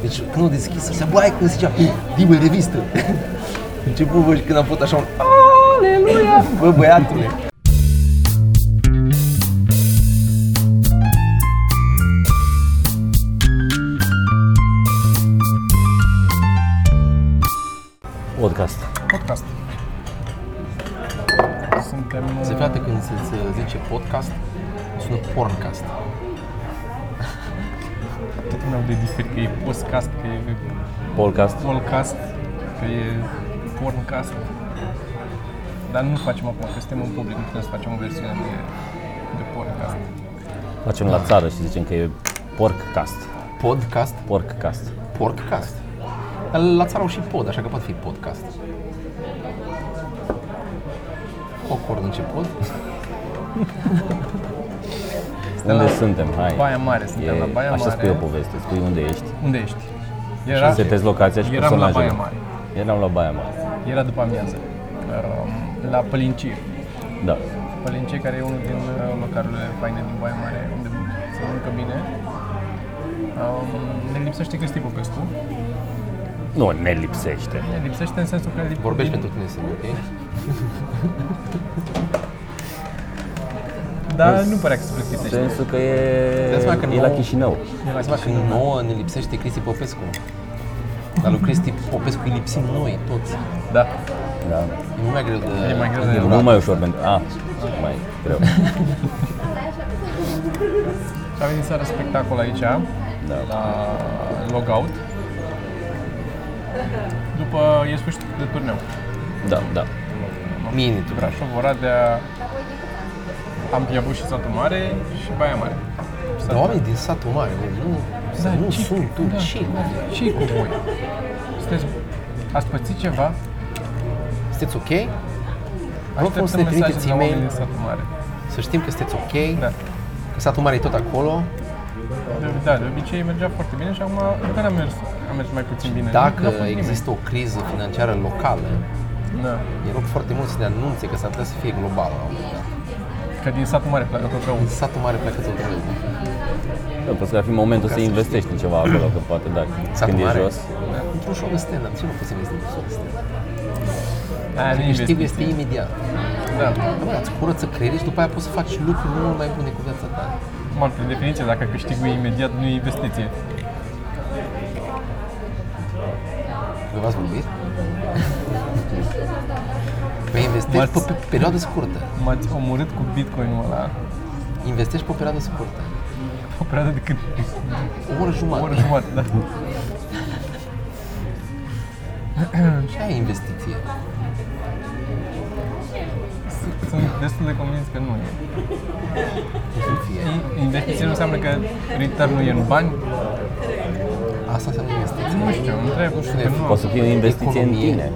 Deci când o deschis, se bai când zicea, din revistă. Început, bă, și când am fost așa un Aleluia! Bă, băiatule! Podcast. Podcast. Suntem... Se frate când se se zice podcast, sună porncast. Tot mi-au de diferit că e podcast, că e Podcast. podcast, că e porncast. Dar nu facem acum, că suntem în public, nu putem să facem o versiune de, de podcast. Facem la țară și zicem că e porkcast. Podcast, Porkcast. porccast. Dar La țară au și pod, așa că poate fi podcast. O cord început. Unde la suntem? Hai. Baia Mare, suntem la Baia Așa Mare. spui o poveste, spui unde ești. Unde ești? Era, setezi locația și eram la personajele. Baia Mare. Eram la Baia Mare. Era după amiază. Um, La Pălincie. Da. Pălincie, care e unul din uh, localurile faine din Baia Mare, unde se mănâncă bine. Um, ne lipsește Cristi Popescu. Nu ne lipsește. Ne lipsește în sensul că... Vorbești pentru tine singur, ok? Dar Da, nu părea că se plictisește. Sensul că e, Dai seama că e nouă- la Chișinău. E la Îți fac că Chișinău. nouă ne lipsește Cristi Popescu. Dar lui Cristi Popescu îi lipsim noi toți. Da. Da. E mult mai greu de... E mai greu de- E mult mai ușor pentru... A, mai greu. Și a venit seara spectacol aici, Da. la Logout. După e sfârșitul de turneu. Da, da. Mine, tu Brașov, Oradea, am piabut și satul mare și Baia Mare. Dar oamenii din satul mare, nu, nu, da, nu ce- sunt tu, da, ce? da, ce-i cu voi? Sunteți, ați pățit ceva? Sunteți ok? Vă rog Așteptăm frumos să ne mesaje trimiteți de la oamenii e-mail, din satul mare. să știm că sunteți ok, Da. Păi, că satul mare e tot acolo. De, da, de obicei mergea foarte bine și acum încă n-a mers, a mers mai puțin bine. Dacă Nu a fost nimeni. există o criză financiară locală, Da. e rog foarte mult să ne anunțe că s-ar putea să fie globală. la un moment dat. Că din satul mare pleacă tot rău. În satul mare pleacă tot rău. Da, Poți că ar fi momentul să investești în ceva acolo, că poate da. Satul Când e mare, jos, da, Într-un show de stand-up, ce nu poți să vezi într-un show de stand-up? Aia nu Câștigul investiții. este imediat. Da. Da, Bă, îți curăță creierii și după aia poți să faci lucruri mult mai bune cu viața ta. Mă, prin definiție, dacă câștigui imediat, nu e investiție. Voi v-ați vorbit? Păi investești pe, M-ați- pe perioadă scurtă. M-ați omorât cu bitcoinul ăla Investești pe o perioadă scurtă. o perioadă de cât? O oră O jumătate. oră jumătate, da. Și aia e investiție. Sunt destul de convins că nu e. În fie. I- Investiție nu înseamnă că return nu e în bani? Asta înseamnă investiție. Nu știu, întreb, Nu știu, că nu. poate să fie o investiție în Economie. tine.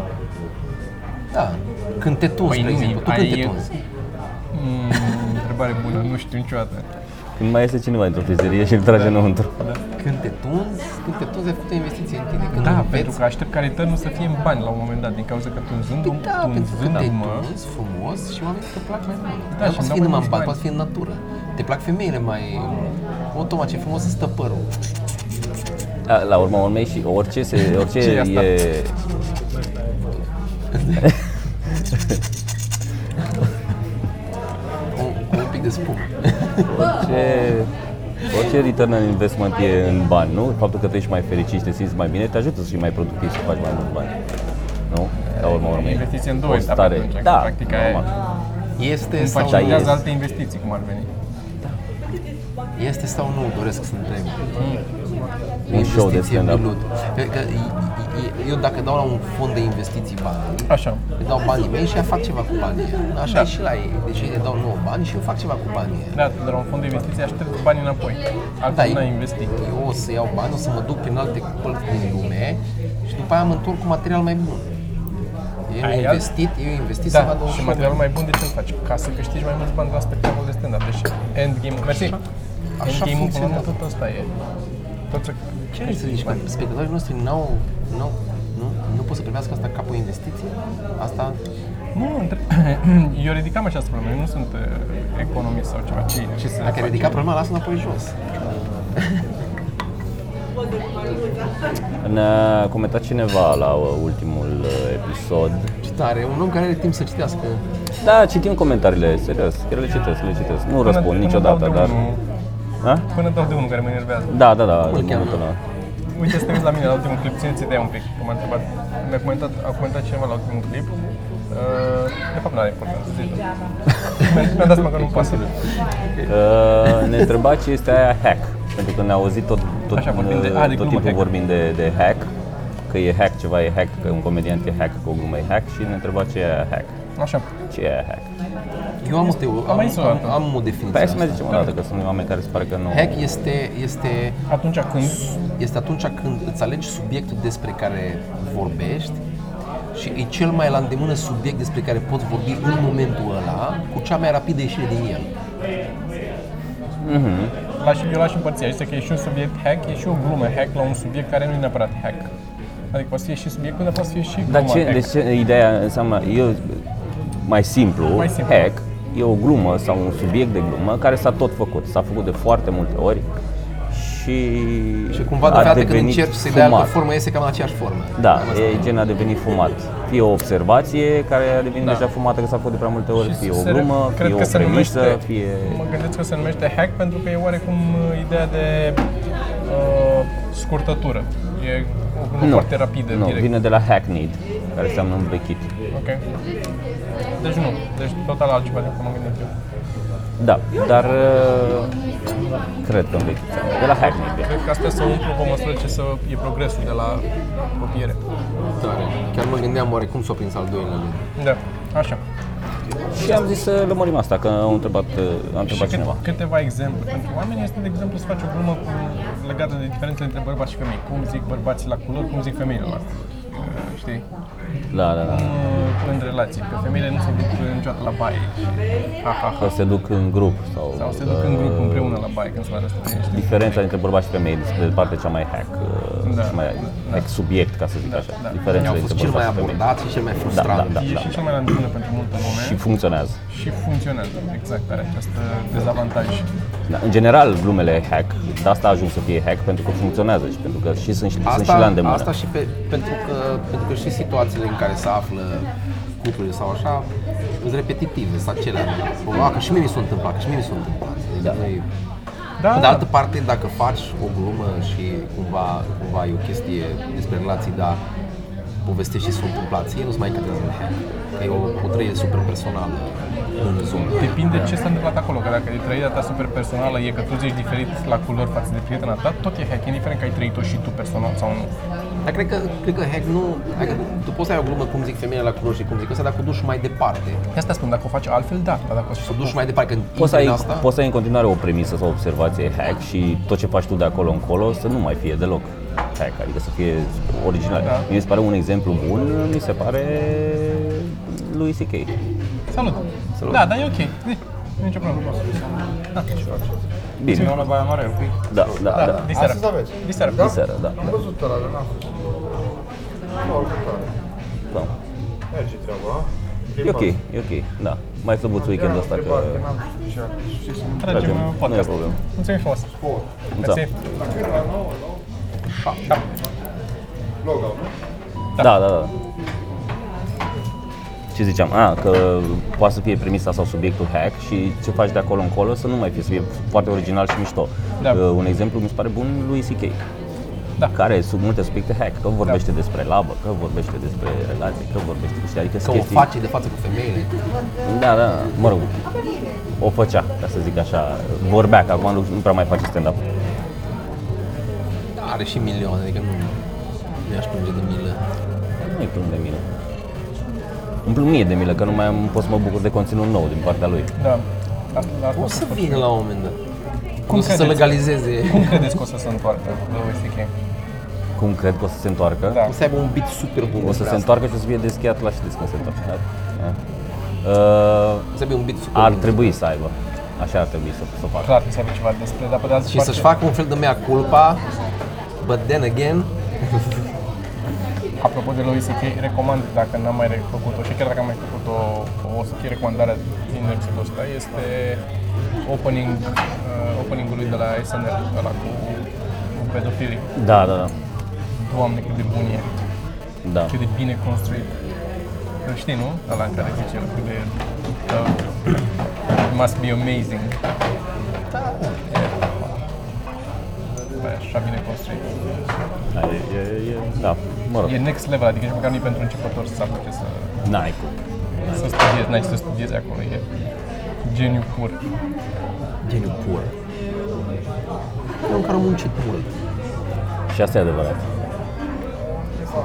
Da. Când te tunzi, Păi spre nu, exemplu. Tu aia când te e- tunzi? Mm, întrebare bună, nu știu niciodată. Când mai este cineva într-o frizerie și îl trage înăuntru. Când te tunzi, când te tunzi, ai făcut o investiție în tine. Când Da, înveți, pentru că aștept ca return să fie în bani la un moment dat, din cauza că tunzând, Păi da, pentru că te tunzându-mă, tunzi frumos și oamenii te plac mai mult. Da, Da, și poate îmi fi dau mai numai mulți în bat, bani. poate fi în natură. Te plac femeile mai... O, Toma, ce frumos stă părul. A, Da, la urma urmei și orice, se, orice Ce e asta? Da. e... Un, cu un pic de spumă. Orice, orice return on investment e în bani, nu? Faptul că tu ești mai fericit și te simți mai bine, te ajută să fii mai productiv și să faci mai mult bani. Nu? La urma urmei. investiție în două O etape stare. atunci, că da, practic aia e. normal. Este sau, Dar facilitează e- alte investiții, cum ar veni. este sau nu, doresc să întreb. Un show de Investiție stand-up. minut. Că- că e- e- Eu dacă dau la un fond de investiții bani, Așa. îi dau banii mei și ea fac ceva cu banii ăia. Așa Da. e și la ei. Deci ei le dau nouă bani și eu fac ceva cu banii ăia. Da, de la un fond de investiții aștept banii înapoi. Altfel Da, n-ai e- investit. Eu o să iau bani, o să mă duc prin alte părți din lume și după aia mă întorc cu material mai bun. Eu Ai investit, eu investit să vadă Da, un și show. materialul mai bun de ce îl faci? Ca să câștigi mai mulți bani de la spectacol de stand-up. Deci endgame Mersi! Endgame-ul până la urmă funcționează. tot ăsta e. Tot să Ce vrei să zici? Că spectatorii noștri n-au, n-au, nu, nu pot să privească asta ca pe o investiție? Asta Nu, între... eu ridicam această problemă, eu nu sunt uh, economist sau ceva. Ce, ce să Dacă ai fac? ridicat problema, lasă înapoi jos. Ne-a comentat cineva la uh, ultimul uh, episod. Ce tare, un om care are timp să citească. Da, citim comentariile, serios, chiar le citesc, le citesc. Nu răspund niciodată, dau de dar... Unul, A? până dau de unul care mă enervează. Da, da, da, în cheamă? momentul ăla. Uite, să te uiți la mine la ultimul clip, ține-ți ideea un pic, că m-a întrebat, mi-a comentat, a comentat cineva la ultimul clip, Uh, de fapt, nu are importanță, zi tu. Mi-a- Mi-a dat seama că nu pasă. Uh, ne întreba ce este aia hack, pentru că ne-a auzit tot, tot, Așa, vorbim de- uh, a, de tot glumă timpul hack. vorbind de, de hack, că e hack, ceva e hack, că un comediant e hack, că o glumă e hack și ne întreba ce e aia hack. Așa, Ce e aia hack? Eu am o, teo- am, mai zis o am, dată. am o Păi definiție. hai să mai asta. zicem o dată, că sunt oameni care se pare că nu... Hack este, este, atunci când este atunci când îți alegi subiectul despre care vorbești și e cel mai la îndemână subiect despre care poți vorbi în momentul ăla cu cea mai rapidă ieșire din el. l-aș, eu l-aș împărți, este că e și un subiect hack, e și o glumă hack la un subiect care nu e neapărat hack. Adică poate să fie și subiectul, dar poate să fie și gluma Dar ce, hack. deci ce, ideea înseamnă, eu, mai simplu, Mai simplu. hack, e o glumă sau un subiect de glumă care s-a tot făcut, s-a făcut de foarte multe ori și Și cumva de a fiecare dată când devenit încerci să-i dai altă fumat. formă, iese cam în aceeași formă. Da, Cam asta. e gen a devenit fumat. Fie o observație care a devenit deja fumată că s-a făcut de prea multe ori, Da. Și fie o se- glumă, cred fie o că se premisă, numește- fie... Mă gândesc că se numește hack pentru că e oarecum uh, ideea de uh, scurtătură. E o glumă foarte rapidă, nu, direct. vine de la hackneyed, care înseamnă învechit. Ok. Deci nu, deci total altceva decât m-am gândit eu. Da, dar uh, cred că învechit. De la hackneyed. e. Cred că asta se umplu pe măsură ce să e progresul de la copiere. Tare. Chiar mă gândeam oare cum s-o prins al doilea lui. Da, așa. Și am zis să lămurim asta, că au întrebat, uh, a întrebat și cât- cineva. câteva exemple pentru oameni este, de exemplu, să faci o glumă cu, legată de diferențele între bărbați și femei. Cum zic bărbații la culori, cum zic femeile la uh, știi? Da, da, da. Cum, uh, în relații, că femeile nu se duc niciodată la baie și ha, ha, Că ha. se duc în grup sau... uh, Sau se duc în grup împreună la baie când se mai răspândește. Diferența dintre bărbați și femei este de partea cea mai hack, uh, Da, și mai hack subiect, ca să zic așa. da. Diferența A dintre fost cel mai bărbați și femei. abordat și cel mai Da, frustrat. da, da, E da. și cel mai la îndemână pentru multă lume Și funcționează. și funcționează. Exact, are acest uh, dezavantaj. Da, în general, glumele hack, de asta a ajuns să fie hack, pentru că funcționează și pentru că și sunt, și- sunt și la Asta, îndemână. asta și pe, pentru, că, pentru că și situațiile în care se află cuplurile sau așa, sunt repetitive, sunt acelea. A, că și mie mi s-a întâmplat, că și mie mi s-a întâmplat. Deci da. nu e... Da, Pe de da. altă parte, dacă faci o glumă și cumva, cumva e o chestie despre relații, dar povestești și s-a întâmplat, ție nu-ți mai cadrează în hack. Că e o, o trăire super personală în zonă. Depinde ce s-a întâmplat acolo, că dacă e trăirea ta super personală e că tu ești diferit la culori față de prietena ta, tot e hack, indiferent că ai trăit-o și tu personal sau nu. Dar cred că, cred că hack nu... Adică tu poți să ai o glumă cum zic femeile la culori și cum zic ăsta, dacă o duci mai departe, De asta spun, dacă o faci altfel, da, dar dacă o să faci o duci mai departe, când Poți să, intri ai, în asta... poți să ai în continuare o premisă sau o observație hack și tot ce faci tu de acolo încolo să nu mai fie deloc hack, adică să fie original. Da. Mi se pare un exemplu bun, mi se pare lui C.K. Salut! Salut! Da, dar e ok. E, Nu e nicio problemă. Da, Bine, la Baia Mare, ok? da, da, da. da. diseară. Astăzi aveți. Diseară. Da? Diseară, da. Am văzut ăla, dar n-am fost. Nu a făcut ăla. da. Merge treaba, a? E ok, e ok, da. Mai slăbuț weekendul ăsta că... Tragem Tragem, nu e podcast. problemă. Mulțumim frumos! Da. Mersi. da, Logo, nu? Da, da, da. Ce ziceam? A, că poate să fie premisa sau subiectul hack și ce faci de acolo încolo să nu mai fie, să fie foarte original și mișto. Da. Uh, Un exemplu mi se pare bun lui C.K. Da. Care sub multe subiecte hack, că vorbește despre labă, că vorbește despre relații, că vorbește despre adică Că sunt o chestii. face de față cu femeile. Da, da, mă rog, o făcea, ca să zic așa, vorbea, că acum nu nu prea mai face stand-up. Are și milioane, adică nu nu aș plânge de milă. Nu-i plâng de milă. Îmi plâng mie de milă, că nu mai am, pot să mă bucur de conținut nou din partea lui. Da. Asta, la asta. O să vină la un moment dat. Cum Cum să se credeți? legalizeze. Cum credeți că o să se întoarcă Louis C.K.? Cum cred că o să se întoarcă? Da. O să aibă un beat super bun. O să despre se asta. întoarcă și o să fie deschiat la știți când se întoarce. Da. Uh, O să aibă un beat super ar bun. trebui să aibă. Așa ar trebui să, să facă. Clar că se avea ceva despre, dar pe de altă Și să-și parte, facă un fel de mea culpa, but then again, apropo de Louis C.K., recomand, dacă n-am mai făcut-o și chiar dacă am mai făcut-o, o să fie recomandarea din episodul ăsta, este opening, uh, opening-ul lui de la SNL, ăla cu, cu pedofilii. Da, da, da. Doamne, cât de bun e, Da. cât de bine construit. Îl știi, nu? Ăla în care zice el, cât de... Uh, must be amazing. Da. E, așa bine construit. Da, e, e, e, da, mă rog, E next level, adică nici măcar nu e pentru începători să apuce să n-ai cum. să studiezi, n-ai ce să studiezi acolo, e geniu pur. Geniu pur. Eu care am muncit mult. Și asta e adevărat.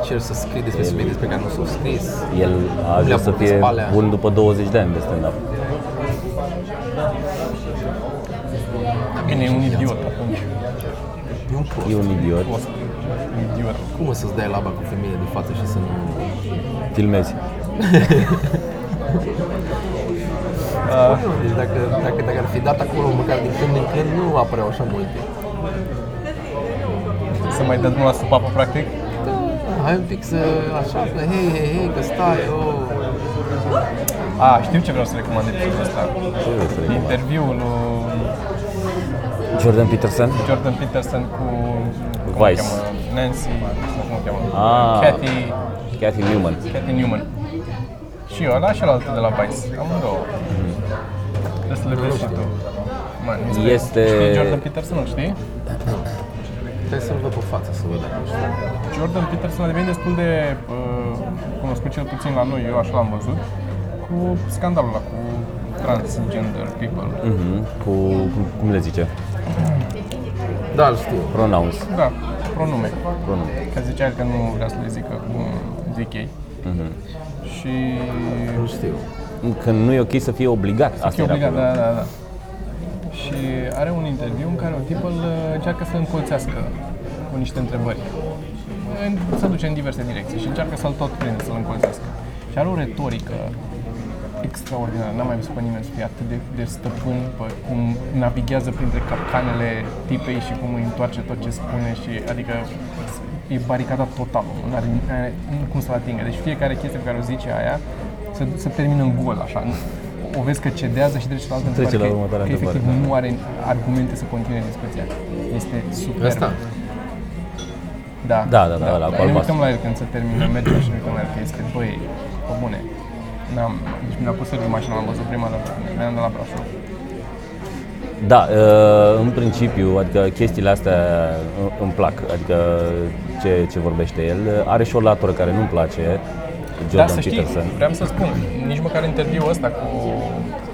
Încerc să scriu despre subiecte despre care nu s-au scris. El a Le-a ajuns să pus fie palea. bun după 20 de ani de stand-up. Bine, e un idiot atunci, E un prost. E un idiot. prost, un idiot. Cum o să-ți dai laba cu femeie de față și să nu... Filmezi. Deci dacă, dacă, dacă ar fi dat acolo măcar din când în când, nu apăreau așa multe. Să mai dă drumul la supapă, practic, Da, hai un pic să așa, să hei, hei, hei, că stai, oh. a, știu ce vreau să recomand de episodul ăsta. Ce vrei să recomand? Interviul lui Jordan Peterson? Jordan Peterson cu cum o Vice. cheamă? Nancy, sau cum o cheamă? Ah. Kathy, Kathy Newman. Kathy Newman. Și ăla și ăla de la Vice, amândouă. Mm. Trebuie să le vezi și tu. Man, Este- Știi Jordan Peterson, îl știi? Trebuie să-l văd pe față să văd dacă nu știu. Jordan Peterson a devenit destul de uh, cunoscut cel puțin la noi, eu așa l-am văzut, cu scandalul ăla cu transgender people. Mhm. Cu, cu- cum le zice? Da, îl știu. Pronouns. Da, pronume. Pronume. Că zicea că nu vrea să le zică cum zic ei. Mm-hmm. Și Îl știu. Că nu e ok să fie obligat. Asta e era obligat, da, problema. da, da. Și are un interviu în care un tip îl uh, încearcă să încolțească cu niște întrebări. În- Se duce în diverse direcții și încearcă să-l tot prinde, să-l încolțească. Și are o retorică extraordinară. N-am mai văzut pe nimeni să fie atât de, de stăpân pe cum navighează printre capcanele tipei și cum îi întoarce tot ce spune și adică e baricadat total, omul. n-are, n-are cum să-l atingă. Deci fiecare chestie pe care o zice aia se, se termină în gol, așa. O vezi că cedează și trece la altă Trece întrebare, la următoarea că, întrebare, da. Că efectiv nu are argumente să continue discuția. Este super. Asta. Da, Da, da, da, ăla cu Ne albastru. uităm la el când se termină, mergem și ne uităm la el, că este, băi, pe bune. N-am, deci mi l-a pus Sergiu în mașină, l-am văzut prima dată, veneam de la Brașov. Da, uh, în principiu, adică chestiile astea î- îmi plac, adică ce, ce vorbește el. Are și o latură care nu-mi place, Dar Jordan Da, să știi, Peterson. vreau să spun, nici măcar interviul ăsta cu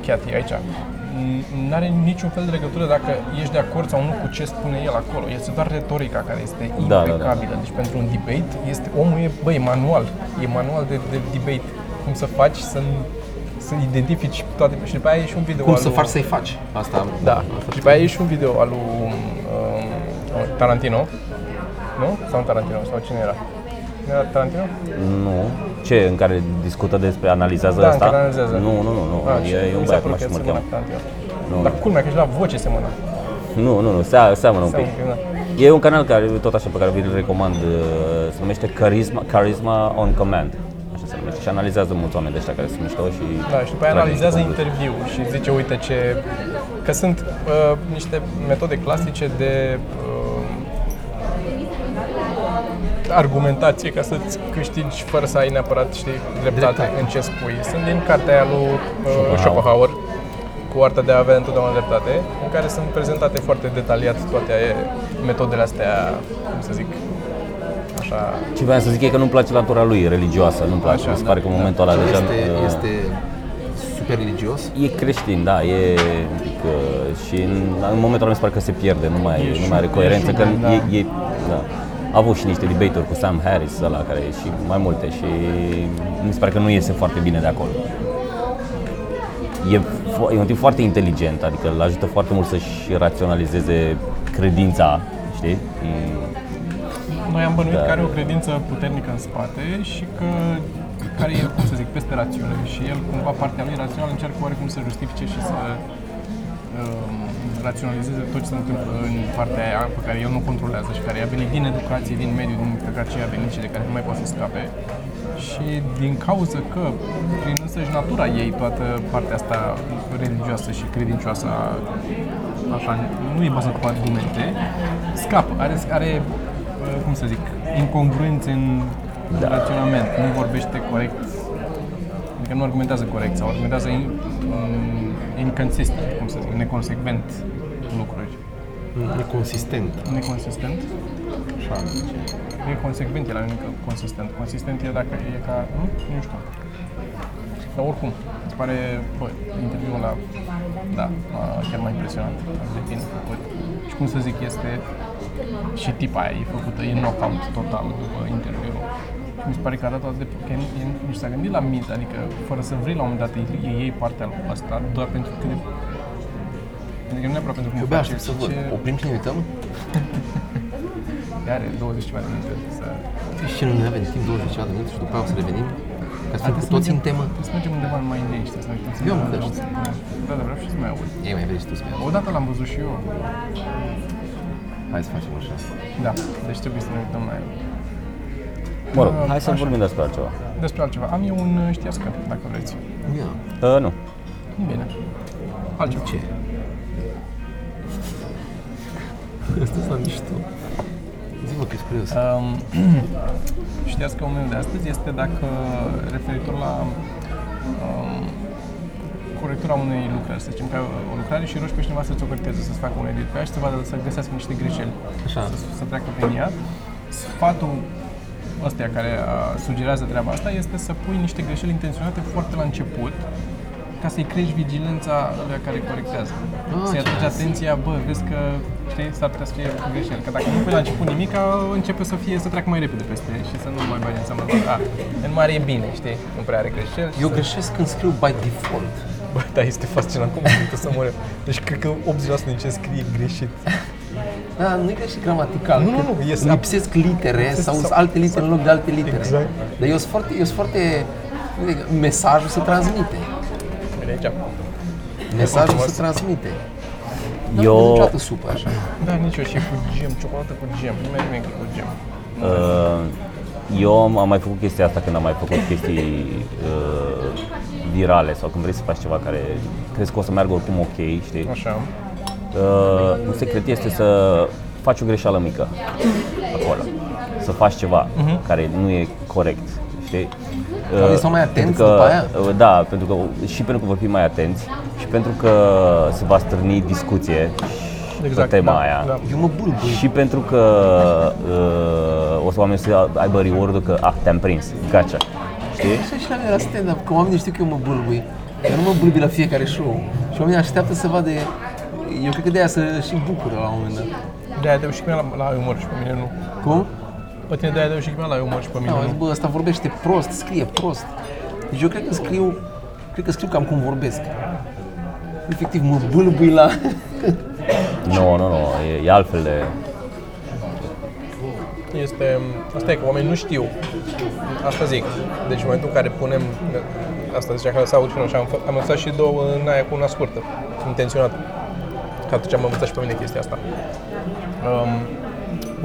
Cathy aici, n- n-are niciun fel de legătură dacă ești de acord sau nu cu ce spune el acolo. Este doar retorica care este Da, da, da. impecabilă. Deci pentru un debate, este, omul e, băi, manual. E manual de, de debate. Cum să faci să, să identifici toate. Și după aia e și un video Cum al să lui- faci să-i faci? Asta. Da. Și după aia e și un video al lui um, Tarantino. Nu? Sau nu Tarantino, sau cine era? Nu Era Tarantino? Nu. Ce, în care discută despre, analizează Da, în asta? care analizează. Nu, nu, nu, nu. Ah, e, e un mi s-a băiat, nu părut știu că cum îl semăna cheamă. cu Tarantino. Nu. Dar culmea că și la voce semăna. Nu, nu, nu, se, seamănă un pic. Seamănă, da. E un canal care, tot așa, pe care vi-l recomand, uh, se numește Charisma, Charisma on Command. Așa se numește. Și analizează mulți oameni de ăștia care sunt mișto și... Da, și după trage niște aia analizează concluzii. interviu și zice, uite ce... Că sunt uh, niște metode clasice de uh, argumentație ca să-ți câștigi fără să ai neapărat, știi, dreptate Dreptate. în ce spui. Sunt din cartea aia lui Schopenhauer. uh, Schopenhauer cu arta de a avea întotdeauna dreptate, în care sunt prezentate foarte detaliat toate metodele astea, cum să zic, așa, Ce vreau să zic e că nu-mi place latura lui religioasă, nu-mi place. Așa, Mi se da, pare că în da. momentul ăla deja... Este, uh, este super religios. E creștin, da, e un pic, uh, și în, în momentul ăla mi se pare că se pierde, nu mai, nu mai are coerență, că șubră, e, e, da. A avut și niște debate-uri cu Sam Harris, ăla care e și mai multe și mi se pare că nu iese foarte bine de acolo. E, fo- e un tip foarte inteligent, adică îl ajută foarte mult să-și raționalizeze credința, știi? E- Noi am bănuit Da. da. că are o credință puternică în spate și că care e, cum să zic, peste rațiune și el cumva partea lui rațională încearcă oarecum să justifice și să um, raționalizeze tot ce se întâmplă în partea aia pe care el nu controlează și care i-a venit din educație, din mediul din pe care i-a venit și de care nu mai poate să scape. Și din cauza că, prin însăși natura ei, toată partea asta religioasă și credincioasă a așa, nu e bazat pe argumente, scapă, are, are uh, cum să zic, incongruențe în da. raționament. Nu vorbește corect. Adică nu argumentează corect sau argumentează in, um, inconsistent, cum să zic, neconsecvent lucruri. Neconsistent. Neconsistent? Așa. zice. Neconsecvent e la mine că consistent. Consistent e dacă e ca... Nu, nu știu. Dar oricum, îți pare, bă, interviul la... Da, a, chiar mai impresionant de tine făcut. Și cum să zic, este și tipa aia, e făcută, e knockout total după interviu. Și mi se pare că a dat atât de... Că e, e, nici s-a gândit la minte, adică fără să vrei la un moment dat, îi- îi iei partea lui ăsta doar pentru că de... Adică nu neapărat pentru cum Eu abia face, aștept să ci văd. ce- Oprim și ne uităm? Are 20 ceva de minute să... Păi Și nu ne avem timp 20 ceva de minute și după aia o să revenim. Ca să fim cu Trebuie să toți în mergem- temă. Trebuie să mergem undeva mai în liniște, să ne uităm. Eu am la- găsit. Da, dar vreau și să mai aud. Ei, mai vrei și tu să mergi. Odată l-am văzut și eu. Hai să facem așa. Da, deci trebuie să ne uităm la el. Mă rog, Ah, hai să așa. vorbim despre altceva. Despre altceva. Am eu un uh, știască, dacă vreți. Ia, Uh, nu. Bine. Altceva. ce? Asta s-a mișto. Zi-mă că ești curios. Um, știascăul meu de astăzi este dacă referitor la um, corectura unei lucrări, să zicem că ai o lucrare și rogi pe cineva să-ți o corecteze, să-ți facă un edit pe ea și să, vadă, să găsească niște greșeli. Așa. să, să treacă prin ea. Sfatul ăstea care a, sugerează treaba asta este să pui niște greșeli intenționate foarte la început ca să-i crești vigilența la care corectează. Ah, să-i ce atragi nice. atenția, bă, vezi că știi, s-ar putea să fie greșeli. Că dacă nu pui la început nimic, începe să fie să treacă mai repede peste și să nu mai bagi în seama că, a, în mare e bine, știi, nu prea are greșeli. Eu greșesc când scriu by default. Bă, da, este fascinant cum sunt să mă Deci cred că 80% din ce scrie e greșit. Da, nu e greșit gramatical. Nu, nu, că nu, este- Lipsesc litere sau, sau- alte litere în loc de alte litere. Exact. Dar eu sunt foarte, eu sunt foarte adică, mesajul se transmite. Vede aici. Mesajul se transmite. N-am Eu- eu... Da, niciodată supă așa. Da, nici eu și e cu gem, ciocolată cu gem. Nu mai nimic cu gem. Uh, eu am, am mai făcut chestia asta când am mai făcut chestii uh, virale sau când vrei să faci ceva care crezi că o să meargă oricum ok, știi? Așa. Uh, un secret este să faci o greșeală mică acolo. Să faci ceva care nu e corect, știi? Mhm. Dar Uh, să mai atenți pentru după aia? uh, Da, pentru că, și pentru că vor fi mai atenți și pentru că se va strâni discuție Exact, pe tema da, aia. da. Eu mă bulbui. Și pentru că uh, o să oamenii să aibă reward că ah, te-am prins, gata. Știi? Așa și la mine la stand-up, că oamenii știu că eu mă bulbui. Eu nu mă bulbui la fiecare show. Și oamenii așteaptă să vadă... Eu cred că de aia se și bucură la un moment dat. De aia deu și chimea la, la umor și pe mine nu. Cum? Pe tine de aia deu și chimea la umor și pe mine Da, am zis, nu. bă, ăsta vorbește prost, scrie prost. Deci eu cred că scriu, cred că scriu cam cum vorbesc. Efectiv, mă bâlbâi la... Nu, nu, nu, e, e altfel de... Este, asta e că oamenii nu știu. Asta zic. Deci în momentul în care punem, asta zicea că s-a auzit și noi și am, fă- am învățat și două în aia cu una scurtă, intenționat. Că atunci am învățat și pe mine chestia asta. Um,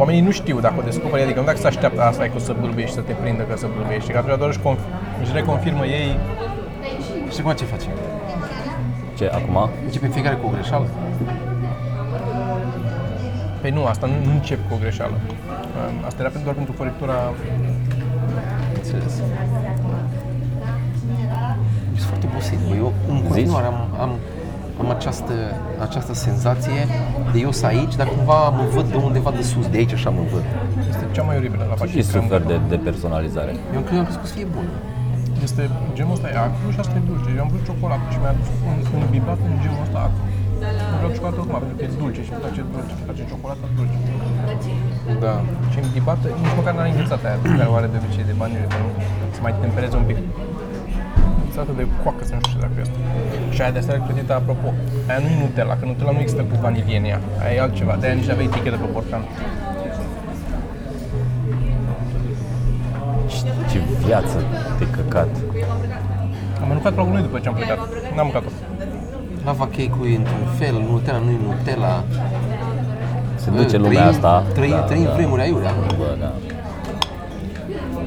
oamenii nu știu dacă o descoperi, adică nu dacă se așteaptă asta e că o să bâlbiești, să te prindă că o să bâlbiești, că atunci doar își, conf- își reconfirmă ei Și acum ce facem? Ce, acum? Începem fiecare cu o greșeală? Păi nu, asta nu, nu încep cu o greșeală. Um, Asta era doar pentru corectura... Înțeles. Eu Sunt foarte obosit, bă. Eu în continuare am, am, am această, această senzație de eu sunt aici, dar cumva mă văd de undeva de sus, de aici așa mă văd. Este cea mai oribilă la Și faci. suferi de, de personalizare. Eu cred că am crescut să fie bună. Este genul ăsta e acru și asta e dulce. Eu am vrut ciocolată și mi-a adus un, un bibat în genul ăsta acru. Eu vreau ciocolată acum, pentru că e dulce și îmi place dulce, îmi place ciocolată dulce. Da. Și în bibată, nici măcar n-a înghețat aia pe care o are de obicei de bani, să mai tempereze un pic. Sată de coacă, să nu știu dacă e asta. Și aia de asta clădită, apropo, aia nu e Nutella, că Nutella nu există cu vanilie în ea. Aia e altceva, de-aia nici nu avea etichetă pe borcan. Ce, ce viață de căcat. Am mâncat pragul lui după ce am plecat. N-am mâncat-o. Lava cake-ul e într-un fel, Nutella nu e Nutella. Se Bă, duce lumea Mm, trăim- asta. Da, trăim- trăim vremuri aiurea. Bă, da.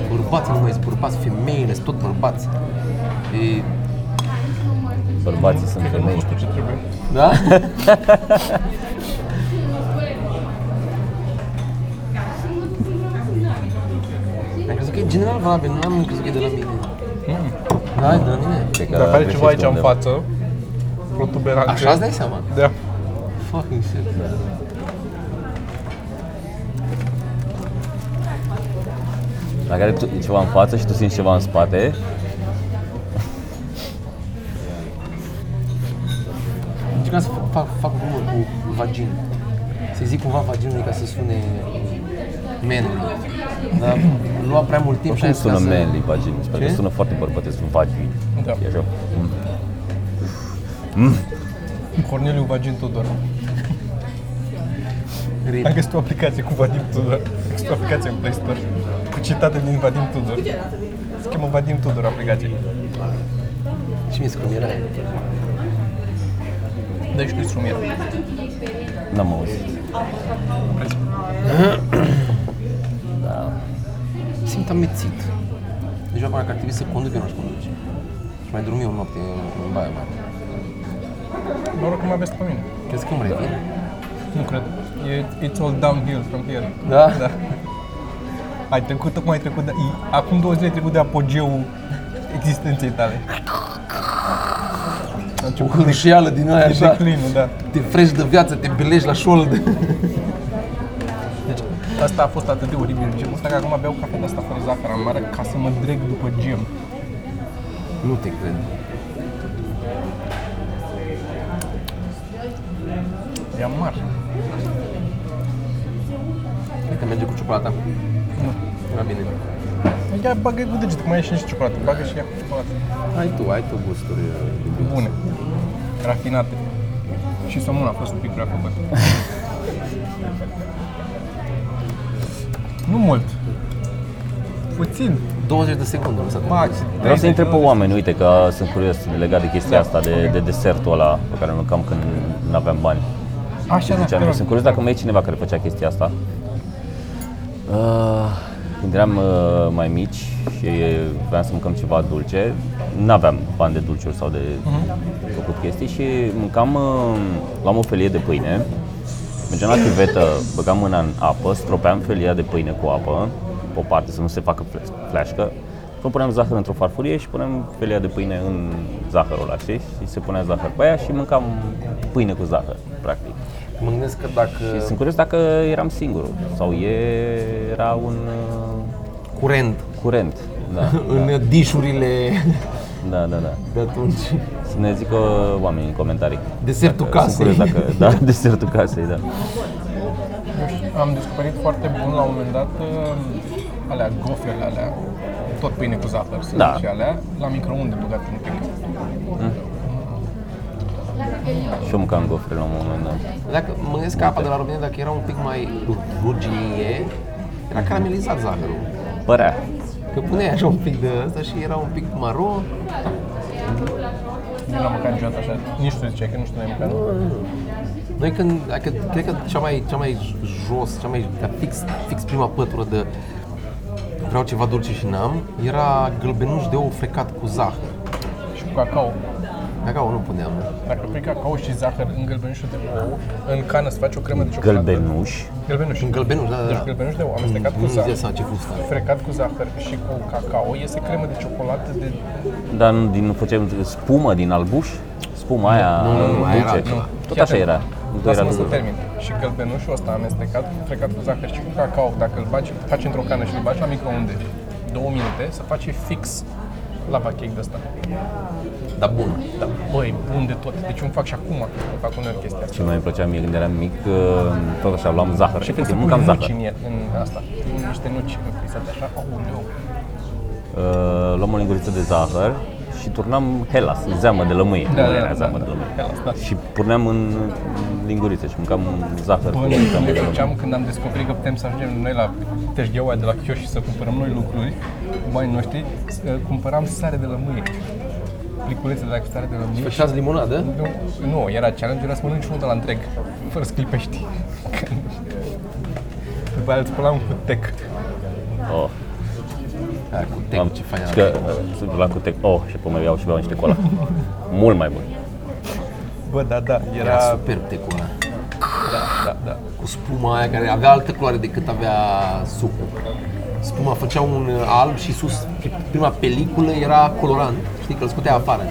Bărbații nu mai sunt bărbați, femeile sunt tot bărbați. E, Bărbații sunt Cred că nu femei. știu ce trebuie. da? Am crezut că e general valabil, nu am crezut că e de la mine. Mm. Da, e de la mine. Cred că Dacă are ceva aici greșește în undeva. față, protuberanțe. Așa îți dai seama? Da. Fucking shit. Dacă are tu- ceva în față și tu simți ceva în spate, Încercam Deci să fac, fac, fac glumă cu vagin. Să zic cumva vaginului ca să sune manly. Dar lua prea mult timp și oricum aia ca sună să... manly vagin, sper că Ce? sună foarte bărbătesc, vagin. Da. E așa. Mm. Corneliu Vagin Tudor. Rip. Am găsit o aplicație cu Vadim Tudor. Există o aplicație în Play Store cu citate din Vadim Tudor. Se cheamă Vadim Tudor aplicație. Și mi-e cum era. Deci nu-i sumier. N-am auzit. Da. Simt amețit. Deja parcă Deci, ar trebui să conduc, eu n-aș conduce. Și mai dormi eu o noapte în baia mare. Noroc că mă aveți pe mine. Crezi că îmi revin? Nu cred. E, it's all downhill from here. Da? Da. Ai trecut, tocmai ai trecut de, i- Acum două zile ai trecut de apogeul existenței tale. A O început de- hârșeală din aia E așa. declinul, da. Te frești de viață, te belești la șold. Deci, asta a fost atât de oribil. Deci, asta că acum beau cafea de asta fără zahăr amară ca să mă dreg după gem. nu te cred. E amar. Cred că merge cu ciocolata. Nu. La bine. Ia bagă cu degetul, mai e și niște ciocolată. Bagă și ea cu ciocolată. Ai tu, ai tu gusturi. iubit. Bune. Rafinate. Și somonul a fost un pic prea făcut. nu mult. Puțin. 20 de secunde am lăsat. Maxim. Vreau să întreb pe oameni, uite că sunt curios legat de chestia asta, de, de desertul ăla pe care îl mâncam când nu aveam bani. Așa, da, Ziceam, te eu rog. sunt curios dacă mai e cineva care făcea chestia asta. Uh, când eram uh, mai mici și vreau să mâncăm ceva dulce, n-aveam bani de dulciuri sau de Mhm. făcut chestii și mâncam, uh, luam o felie de pâine, mergeam la chivetă, băgam mâna în apă, stropeam felia de pâine cu apă, pe o parte să nu se facă fle- fleașcă, apoi puneam zahăr într-o farfurie și puneam felia de pâine în zahărul ăla, știi? Și se punea zahăr pe aia și mâncam pâine cu zahăr, practic. Mă gândesc că dacă Sunt curios dacă eram singurul sau era un uh, curent curent. Da, în dișurile da, da, da. de atunci, Să ne zică oamenii în comentarii. desertul Sunt curios casei. dacă, da, desertul casei, da. Am descoperit foarte bun la un moment dat uh, alea gofrele alea, tot pâine cu zahăr, să Da. da. și alea, la microunde băgat un pic. Și eu mâncam gofre la un moment dat. Dacă mă gândesc că apa de la robinet, dacă era un pic mai rugie, era caramelizat zahărul. Părea. Că puneai așa un pic de asta și era un pic maro. Nu l-am mâncat niciodată așa, nici tu ziceai că nu știu n-ai mâncat. nu? Noi când, adică, cred că cea mai, cea mai jos, cea mai, dar fix, fix prima pătură de vreau ceva dulce și n-am, era gălbenuș de ou frecat cu zahăr. Și cu cacao. Dacă nu puneam. Dacă pui cacao și zahăr în gălbenușul de ou, în cană să faci o cremă de ciocolată. Gălbenuș. Gălbenuș. În gălbenuș, da, da, Deci da. gălbenuș de ou amestecat cu Nu știu zahăr. seama ce gust are. Frecat cu zahăr și cu cacao, este cremă de ciocolată de... Dar nu, din, nu făceam spumă din albuș? Spuma aia Nu, nu, nu, dulce. aia era altceva. Tot așa era. Nu era Lasă-mă să dulce. termin. Și gălbenușul ăsta amestecat, frecat cu zahăr și cu cacao, dacă îl faci, faci într-o cană și îl bagi la microunde două minute, se face fix lava cake de asta. Dar bun. Da, băi, bun de tot. Deci îmi fac și acum, îmi fac uneori chestia asta. Ce mai îmi plăcea mie când eram mic, uh, tot așa, luam zahăr. Și când se Eu pun mâncam nuci zahăr. în, el, în asta, pun niște nuci înfrisate așa, aoleu. Uh, luam o linguriță de zahăr și turnam helas, zeamă de lămâie. Da, Nu da, era da, zeamă da. de lămâie. Helas, da. Și puneam în linguriță și mâncam zahăr cu Bă, zeamă ne de lămâie. făceam când am descoperit că putem să ajungem noi la teșgheaua de la Chios și să cumpărăm noi lucruri cu banii noștri, s- cumpăram sare de lămâie. Pliculețe de la cu sare de lămâie. Făceați limonadă? Nu, nu, era challenge, era să mănânci unul de la întreg, fără să clipești. După aia îl spălam cu tec. Oh, Da, cu am tec, ce fain și arată. că uh, sunt la cutec. Oh, și apoi mai iau și beau niște cola. Mult mai bun. Bă, da, da, Era era... superb tecul ăla. Da, da, da. Cu spuma aia care avea altă culoare decât avea sucul. spuma făcea un uh, alb și sus, prima peliculă era colorant, știi că îl scotea afară.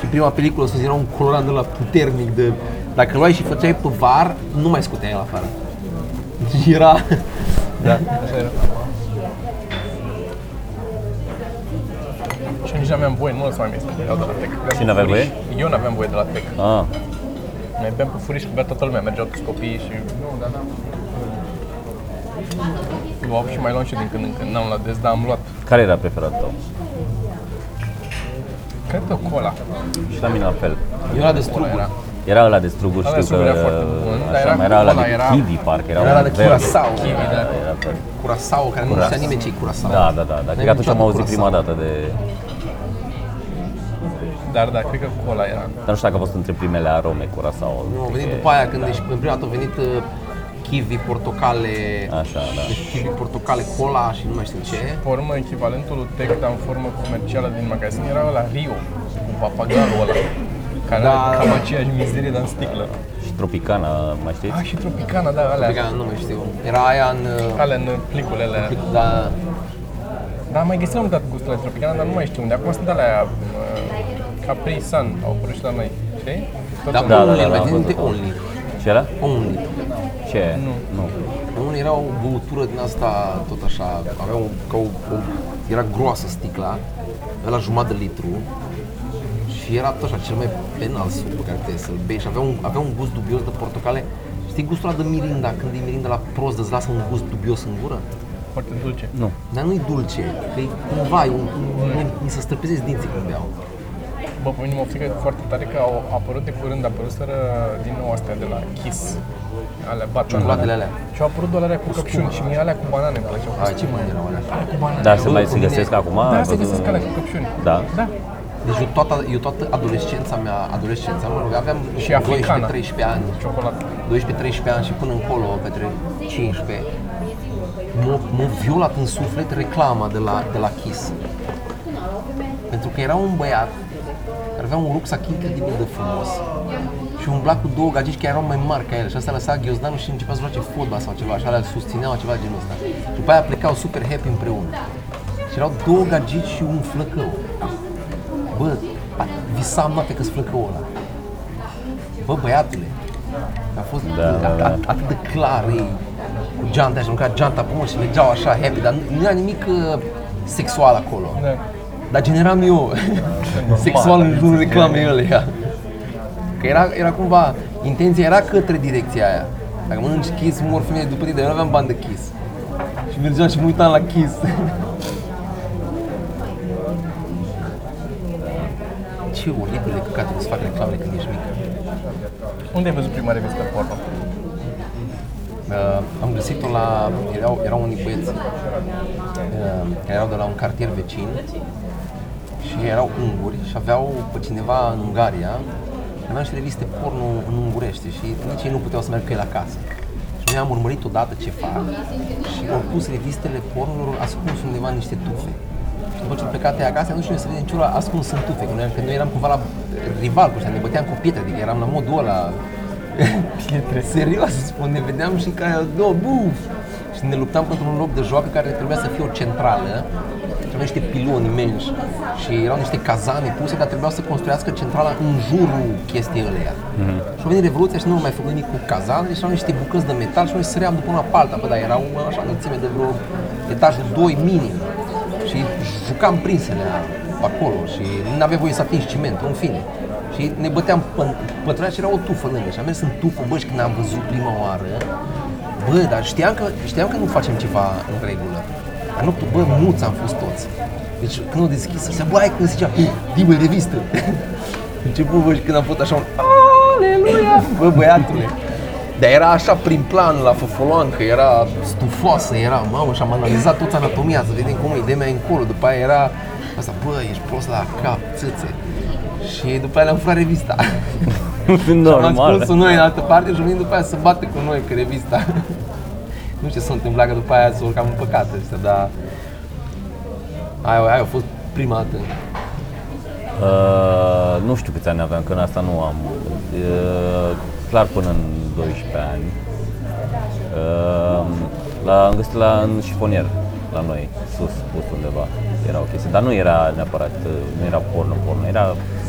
Și prima peliculă sus era un colorant de la puternic de... Dacă îl luai și făceai pe var, nu mai scoteai el afară. Deci Era... Da. Așa era. Și nici n-aveam voie, nu lăsam amestec, erau de la tec. Și n-aveai voie? Eu n-aveam voie de la tec. Ah, Noi beam pe furiș, bea toată lumea, mergeau toți copiii și... Nu, dar n-am... Luau și mai luam și din când în când, n-am luat des, dar am luat. care era preferatul tău? Cred că cola. Și la mine la fel. Eu era destul. Cola era. Era ăla de struguri, Ăla de știu că... struguri era foarte bun, dar așa, era mai era ăla cola, de era- kiwi, parcă era, era un ăla de verde. curacao. Era- Kiwi, da. era fel. Curasau, care nu știa nimeni ce e curasau. Da, da, da, dar cred că atunci am auzit prima dată de... Dar da, cred că cola era. Dar nu știu dacă a fost între primele arome curacao. Nu, a cred venit că- după aia, când ești, în prima dată au venit uh, kiwi, portocale, Așa, da. deci kiwi, portocale, cola și nu mai știu ce. formă, echivalentul lui Tec, dar în formă comercială din magazin, era la Rio, cu papagalul ăla, care Da. da. are cam aceeași mizerie, dar în sticlă. Și Tropicana, mai Ah, știți? și Tropicana, da, alea, Adică, nu mai știu. Era aia în... uh, alea în pliculele alea. Da, Dar mai găseam dat gustul de Tropicana, dar nu mai știu unde. Acum sunt alea uh, Capri Sun, au apărut și la noi, știi? Tot dar în- da, da, only, da, da, da, am mai văzut da, acolo. only. Ce era? Only. Ce? Nu. nu. Unul era o băutură din asta, tot așa, avea un, ca o, o, era groasă sticla, avea la jumătate de litru și era tot așa cel mai penal suc pe care trebuie să-l bei și avea un, avea un gust dubios de portocale. Știi gustul ăla de mirinda, când e mirinda la prost, îți lasă un gust dubios în gură? Foarte dulce. Nu. Dar nu-i dulce, că e cumva, e un, un, un, mi se străpezesc dinții când beau. Bă, pe mine mă frică foarte tare că au apărut de curând, apăruseră din nou astea de la Kiss. Alea, bat, Ciocolatele alea. Și au apărut doar alea cu căpșuni și mie alea cu banane îmi plăceau. Ai, ce mai erau alea? Alea cu banane. Dar se Eu mai cu se mine- găsesc acum? Da, Am se văzut- găsesc alea cu căpșuni. Da. Da. Deci eu toată, eu toată adolescența mea, adolescența, mă rog, aveam Și africana. 12-13 ani. Ciocolată. 12-13 ani și până încolo, către 15, m-a, m-a violat în suflet reclama de la, de la Kiss. Pentru că era un băiat care avea un rucsac incredibil de frumos și umbla cu două gagici care erau mai mari ca el și asta lăsa ghiozdanul și începea să joace fotbal sau ceva și alea îl susțineau ceva genul ăsta. Și după aia plecau super happy împreună. Și erau două gagici și un flăcău. Bă, visam noapte că-s flăcăul ăla. Bă, băiatule, a fost Da, da, da, da. at- atât de clar, ei, cu geanta și mânca geanta pe mână și mergeau așa happy, dar nu, nu era nimic uh, sexual acolo. Da. Dar generam eu sexual în jurul reclamei ăleia. Că era, era cumva, intenția era către direcția aia. Dacă mănânci Kiss, mor femeie după tine, dar eu nu aveam bani de Kiss. Și mergeam și mă uitam la Kiss. Ce oribil de căcat să fac reclame când ești mic. Unde ai văzut prima revistă porno? Uh, am găsit-o la... Erau, erau unii băieți uh, care erau de la un cartier vecin și erau unguri și aveau pe cineva în Ungaria care avea și reviste porno în ungurește și nici ei nu puteau să meargă cu el acasă. Și noi am urmărit odată ce fac și au pus revistele pornolor ascuns undeva în niște tufe. Și după ce au plecat ei acasă, nu știu să vedem ce ori ascuns în tufe, că noi, că noi eram cumva la rival cu ăștia, ne băteam cu pietre, adică eram la modul ăla Pietre. Serios, spun, ne vedeam și ca două buf! Și ne luptam pentru un loc de joacă care trebuia să fie o centrală, trebuia niște piloni imensi și erau niște cazane puse, dar trebuiau să construiască centrala în jurul chestiei ăleia. Și a venit Revoluția și nu au mai făcut nimic cu cazane și erau niște bucăți de metal și noi săream după una pe alta, Păi bă, dar erau așa înălțime de vreo etajul 2 minim și jucam prinsele pe acolo și nu aveai voie să atingi cimentul, în fine. Și ne băteam pă- pătrași, era o tufă lângă și am mers în tufă, bă, și când am văzut prima oară, bă, dar știam că, știam că nu facem ceva în regulă. Dar nu, bă, muți am fost toți. Deci când o deschis, se bă, hai când zicea, dimă revistă. Început, bă, și când am fost așa un, aleluia, bă, băiatule. Dar era așa prin plan la Fofoloan, că era stufoasă, era, mamă, și am analizat toată anatomia, să vedem cum e de mai încolo. După aia era asta, bă, ești prost la cap, țâțe. Și după aia le-am furat revista. Am Normal. ascuns noi în altă parte și am venit după aia să bată cu noi că revista. nu știu ce s-a întâmplat, că după aia s-a urcat în păcate ăștia, dar... Aia, aia a fost prima dată. Uh, nu știu câți ani aveam, că în asta nu am. Uh, clar până în 12 ani. Uh, la, am găsit la în șifonier. la noi, sus, pus undeva. Era o chestie, dar nu era neapărat, uh, nu era porno, porno, era...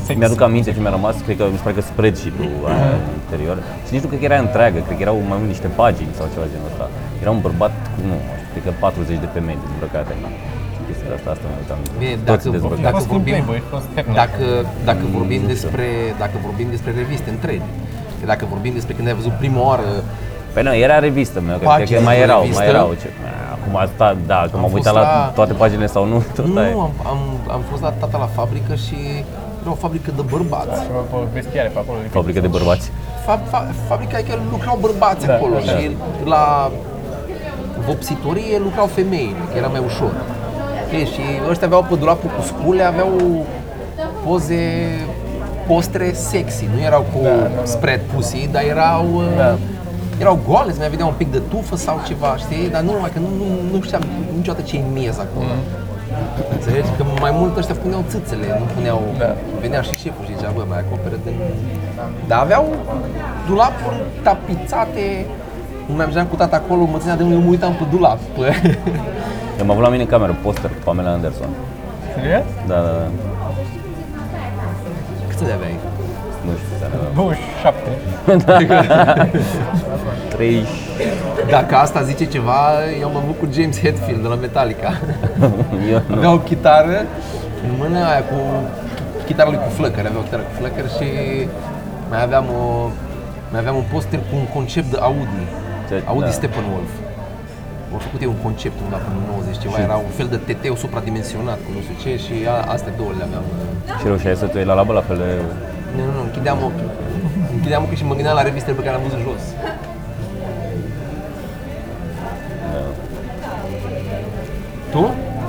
Sex. Mi-aduc aminte ce mi-a rămas, cred că mi se pare că spreadsheet-ul aia interior și nici nu cred că era întreagă, cred că erau mai mult niște pagini sau ceva genul ăsta. Era un bărbat cu, nu, cred că 40 de femei dezbrăcate, na. Și chestia de asta, asta mi-a uitat. Bine, Toți dacă, dezbrăcați. dacă fost un vorbim, playboy, fost hacker. dacă, dacă vorbim nu știu. despre, dacă vorbim despre reviste întregi, că dacă vorbim despre când ai văzut prima oară, Păi nu, era revistă mea, că, cred Pagini că mai din erau, revistă? mai erau. Ce, acum asta, da, că m-am fost uitat la, la- toate paginile sau nu, tot nu, aia e. am, am, am fost la tata la fabrică și era o fabrică de bărbați. Ceva pe vestiare pe acolo. adică- Fabrică de bărbați. Fa- fa- fabrica e că lucrau bărbați Da, acolo da, da. și la vopsitorie lucrau femeile, că era mai ușor. E, și ăștia aveau pe dulapul cu scule, aveau poze postre sexy, nu erau cu da, spread pussy, dar erau da. erau goale, îți mai vedea un pic de tufă sau ceva, știi? Dar nu, mai că nu, nu, nu știam niciodată ce e miez acolo. Înțelegi? Că mai mult ăștia puneau țâțele, nu puneau... Da. Venea și șeful și zicea, bă, mai acoperă de... Dar aveau dulapuri tapițate, nu mi-am zis cu tata acolo, mă ținea de unul, eu mă uitam pe dulap. Bă. Am avut la mine în cameră poster cu Pamela Anderson. Serios? Da, da, da. Cât de aveai? Nu știu, da, dar 27. 30. Dacă asta zice ceva, eu am avut cu James Hetfield de la Metallica. Eu nu. Avea o chitară în mână aia cu chitara lui cu flăcări, avea o chitară cu flăcări și mai aveam, o, mai aveam un poster cu un concept de Audi, Ce- Audi da. Steppenwolf. Au făcut ei un concept undeva până în 90 ceva, era un fel de TT supradimensionat cu nu știu ce și a, astea două le aveam. Și reușeai să te iei la labă la fel de... Nu, nu, nu, închideam ochii. Închideam ochii și mă gândeam la revistele pe care le-am văzut jos. Tu?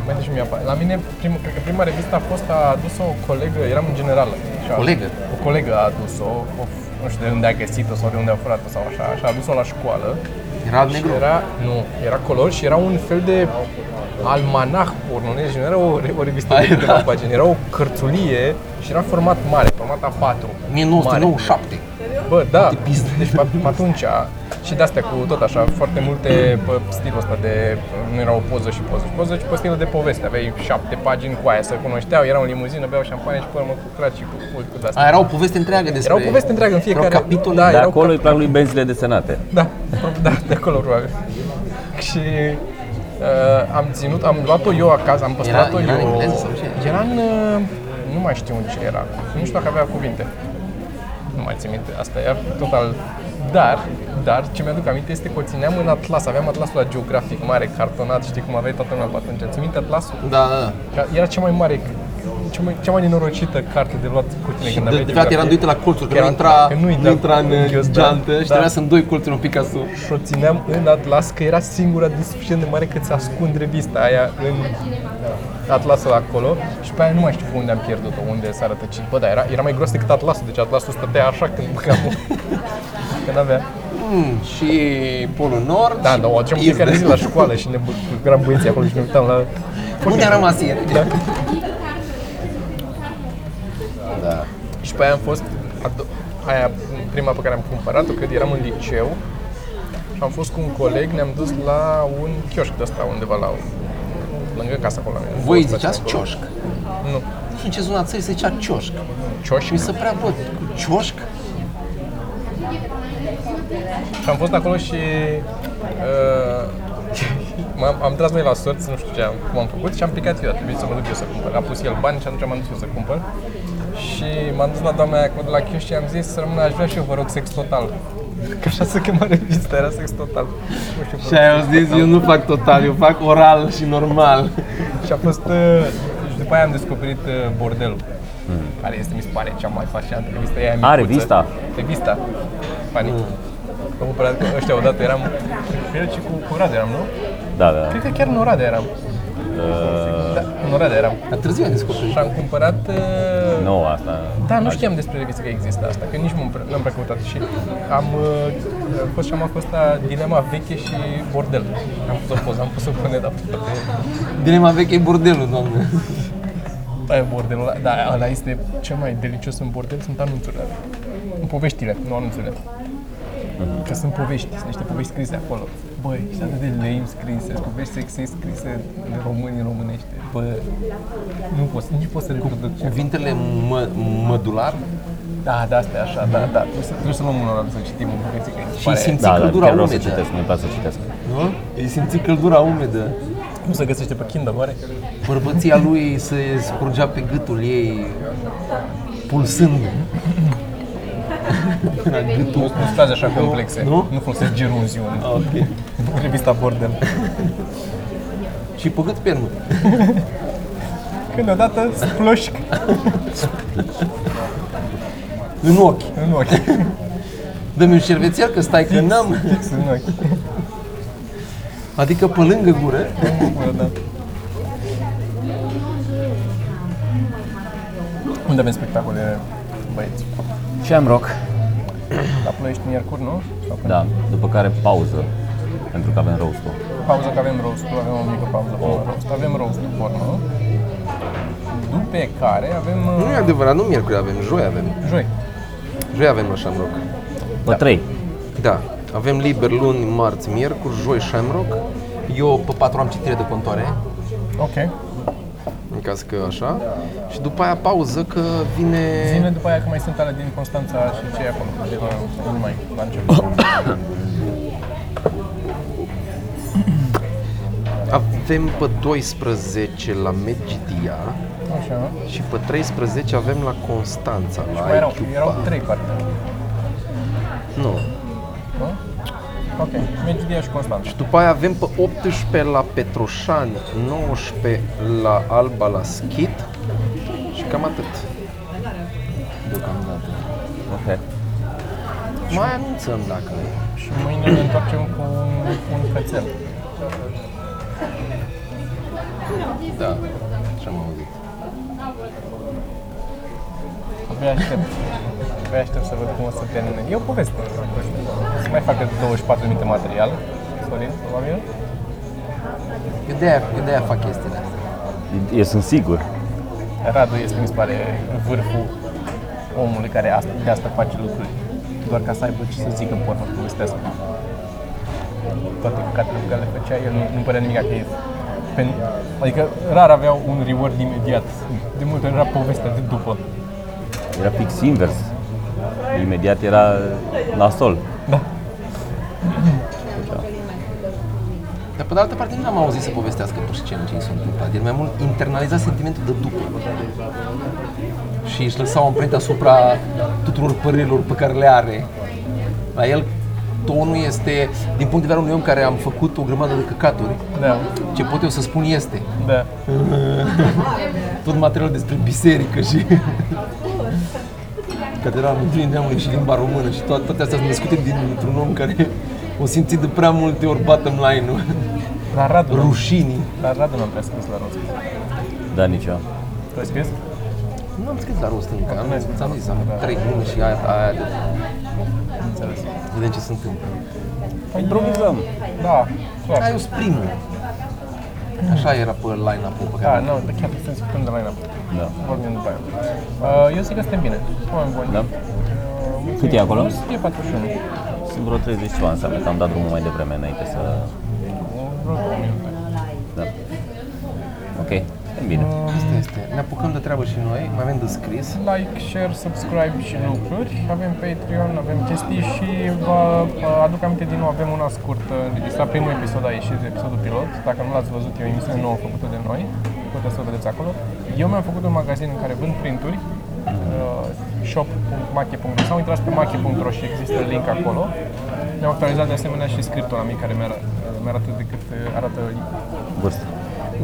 Mai deci mi-a La mine, prim, cred că prima revistă a fost, a adus-o o colegă, eram în generală. Și a- Colegă? O colegă a adus-o, o, nu știu de unde a găsit-o sau de unde a furat-o sau așa, și a adus-o la școală. Era alb Și negru. era, nu, era color și era un fel de almanah pornonesc, și nu era o, o revistă de câteva da. pagini, era o cărțulie și era format mare, format A4. 1997. Bă, da, de pizde. deci pe pe atunci și de-astea cu tot așa, foarte multe pe stilul ăsta de, nu era o poză și poză și poză, ci pe stilul de poveste. Aveai șapte pagini cu aia, să cunoșteau, erau în limuzină, beau șampanie și pe urmă cu craci și cu cult, cu de-astea. A, era o poveste întreagă despre... Era o poveste întreagă în fiecare... Erau capitole. Da, De erau acolo îi plac lui benzile desenate. da, da, de acolo probabil. Și uh, am ținut, am luat-o eu acasă, am păstrat-o Era- era eu. în engleză sau ce? Era în, uh, nu mai știu în ce era, nu știu dacă avea cuvinte. Nu mai țin minte, asta e total... Dar, dar, ce mi-aduc aminte este că o țineam în atlas, aveam atlasul la geografic mare, cartonat, știi cum aveai toată lumea pe atunci. Ți minte atlasul? Da, da, da. Ca- Era cea mai mare, cea mai, cea mai nenorocită carte de luat cu tine Și Păi când de, aveai de fapt eram geografie. duite la colțuri, că, Era- da, nu intra, că nu intra, în uh, ghiozdan. geantă și Da trebuia să-mi doi colțuri un pic ca să... și o țineam în atlas, că era singura de suficient de mare cât să ascund revista aia în atlasul acolo și pe aia nu mai știu pe unde am pierdut-o, unde s-a rătăcit. Bă, da, era, era mai gros decât atlasul, deci atlasul stătea așa când băgam când avea. Hmm, Mm, și Polul Nord Da, și da, o aduceam în Izbe. fiecare zi la școală și ne bă- eram băieții acolo și ne uitam la... Unde a rămas el? Da. da. Și pe aia am fost, a do- aia prima pe care am cumpărat-o, cred, eram în liceu și am fost cu un coleg, ne-am dus la un chioșc de ăsta undeva la lângă casa acolo. la mine. Voi îi Fost ziceați acolo. cioșc. Nu. Nu știu în ce zona țării se zicea cioșc. Cioșc? Mi se prea bă, cu cioșc? Și am fost acolo și uh, m-am, am tras noi la sorți, nu știu ce am, cum am făcut și am picat eu, a trebuit să mă duc eu să cumpăr. A pus el bani și atunci m-am dus eu să cumpăr. Și m-am dus la doamna aia acolo de la chioșc și am zis, rămână, aș vrea și eu, vă rog, sex total. Că așa se chema revista, era sex total. Nu știu, vă rog, Sex Total. nu fac total, eu fac oral și normal. Și a fost... uh, Și după aia am descoperit uh, Bordelul, care este, mi se pare, cea mai fascinantă revistă. Ea e micuță. revista? Revista. Panic. Am cumpărat cu ăștia odată, eram... Cred și cu, cu Oradea eram, nu? Da, da. Cred că chiar în Oradea eram. Da, în Oradea eram. Dar târziu am descoperit. Și am cumpărat... uh, Nu, asta... da, nu știam despre revistă că există asta, că nici nu am n-am prea căutat și am uh, fost și am fost la Dilema Veche și Bordel. Am pus o poză, am pus o până, dar pe toate Dilema veche e bordelul, doamne. Aia bordelul, ăla- da, ăla este cel mai delicios în bordel, sunt anunțurile. Mhm. Poveștile, nu anunțurile. Că sunt povești, sunt niște povești scrise acolo. Băi, și atât de lame scrise, cu vești sexist scrise de români în românește. Bă, nu pot, nici pot să reproduc. ce- Cuvintele mă, mădular Da, da, asta e așa, da, da. Trebuie să, trebuie să luăm un oră să citim un bucățică. mi se și pare. simți Da, da, căldura chiar vreau să umedă. citesc, mi-e place să citesc. Nu? Îi simți căldura umedă. Nu se găsește pe Kindle, oare? Bărbăția lui se scurgea pe gâtul ei, pulsând. Era Nu gâtul. sunt fraze așa complexe. nu? Nu folosesc gerunziu în Ok. revista Bordel. Și pe gât pe Când odată sploșc În ochi. în ochi. Dă-mi un șervețel că stai că n-am. Fix în ochi. Adică pe lângă gură. Bună, da. Unde avem spectacole, băieți? Și am rock. La Ploiești în Iercuri, nu? Sau când? Da, după care pauză, pentru că avem roast Pauză că avem roast avem o mică pauză până la roast. Avem roast porno. După care avem Nu e uh, adevărat, nu miercuri avem, joi avem. joi. Joi avem la Shamrock. Pe trei. Da, avem liber luni, marți, miercuri, joi Shamrock. Eu pe patru am citire de contoare, Ok. în caz că așa. Și după aia pauză că vine... Zine după aia că mai sunt ale din Constanța și ce e acolo, de la, nu mai, la început. Avem pe 12 la Megidia Așa. și pe 13 avem la Constanța, la Mai erau, IQ erau Pub. trei parte. Nu. Nu? Ok. Megidia și Constanța. Și după aia avem pe 18 la Petroșani, 19 la Alba la Schid și cam atât. Deocamdată. Ok. Mai anunțăm dacă... Și mâine ne întoarcem cu un, cu un cățel. Da, așa am auzit. Abia aștept. Abia aștept să văd cum o să termine. E o poveste. Să mai facă 24 minute material. Sorin, probabil. Eu de-aia, eu de-aia fac chestiile astea. Eu sunt sigur. Radu este, mi se pare, vârful omului care asta, de asta face lucruri. Doar ca să aibă ce să zică porno povestească. Toate căcatele pe care le făcea, el nu, nu părea nimic că e pen... Adică rar aveau un reward imediat. De multe ori era povestea de după. Era fix invers. Imediat era la sol. Da. Dar pe de altă parte nu am auzit să povestească pe scenă ce i s-a întâmplat. El mai mult internaliza sentimentul de după. Și își lăsa o amprentă asupra tuturor părerilor pe care le are. La el tonul este, din punct de vedere al unui om care am făcut o grămadă de căcaturi, Da. ce pot eu să spun este Da. tot material despre biserică și Catedrala Mântuirii Neamului și limba română și toate, toate astea sunt născute dintr-un om care o simțit de prea multe ori bottom line-ul, La Radu. nu- rușinii. La Radu nu am prea scris la rost. Da, nici eu. Tu ai scris? Nu am scris la rost încă, am, Nu ai scris. ți-am zis, am trei luni și aia, aia de... Înțeles. Vedem ce se întâmplă. Improvizăm. Da, clar. Ai o primul. Așa era pe line-up-ul pe Da, care... nu, dar chiar trebuie să discutăm de la line-up. Da. Vorbim după aia. Uh, Eu zic că suntem bine. Oameni buni. Da? Uh, mulțumim. Cât e acolo? E 41. Sunt vreo 30 ceva înseamnă că am dat drumul mai devreme înainte să... Vreo două minute. Da. Ok, e bine. Asta este. Ne apucăm de treabă și noi, mai avem de scris. Like, share, subscribe și lucruri. Avem Patreon, avem chestii și vă vă aduc aminte din nou, avem una scurtă înregistrată. Primul episod a ieșit, episodul pilot. Dacă nu l-ați văzut, e o emisiune nouă făcută de noi. Puteți să o vedeți acolo. Eu mi-am făcut un magazin în care vând printuri uh, shop.mache.ro sau intrați pe mache.ro și există link acolo. Mi-am actualizat de asemenea și scriptul la mine care mi-ar- mi-arată de cât uh, arată Vârstă.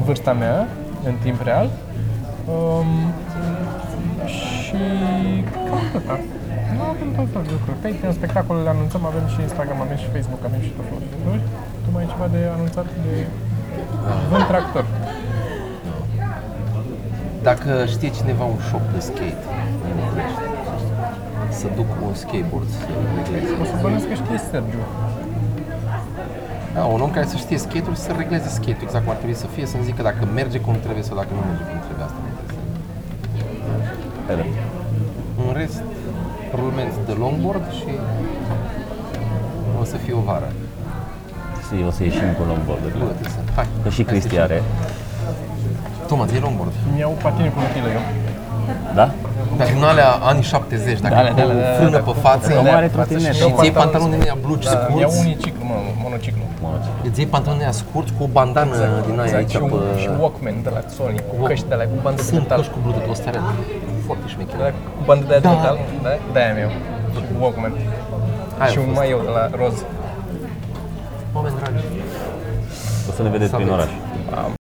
vârsta mea în timp real. Um, și cam atâta. Nu avem tot felul de lucruri. Patreon, spectacolele anunțăm, avem și Instagram, avem și Facebook, avem și tot felul de lucruri. Tu mai ai ceva de anunțat de vând tractor. Dacă știe cineva un shop de skate în București, să duc un skateboard să O regleze. să bănuiesc că știi Sergiu. Da, un om care să știe skate-ul și să regleze skate-ul exact cum ar trebui să fie, să-mi zică dacă merge cum trebuie sau dacă nu merge cum trebuie. Asta mă interesează. Hai, da. În rest, rulment de longboard și o să fie o vară. să, o să ieșim cu longboard-urile. Hai. Că și Cristi are. Toma, ți longboard. Îmi iau patine cu rutilă eu. Da? Dar din alea anii 70, dacă Da, da, da, da, da, da, frână da, pe față, Da, are și trotinetă. îți iei pantaloni din aia blugi Îmi Da, iau scurți, uniciclu, mă, monociclu. îți iei pantaloni din aia scurți cu o Exact. bandană din aia aici Exact. și, un, și pe... Walkman de la Sony, cu căști de la cu bandă de Sunt metal. căști cu bluetooth, ăsta are foarte De la, Exact. șmecher. cu bandă de da. metal, da? De-aia mi-au. Și cu Walkman. Aia și a un fost. mai eu de la Roz. Oameni dragi, O să ne vedeți Să prin aveți. oraș. Am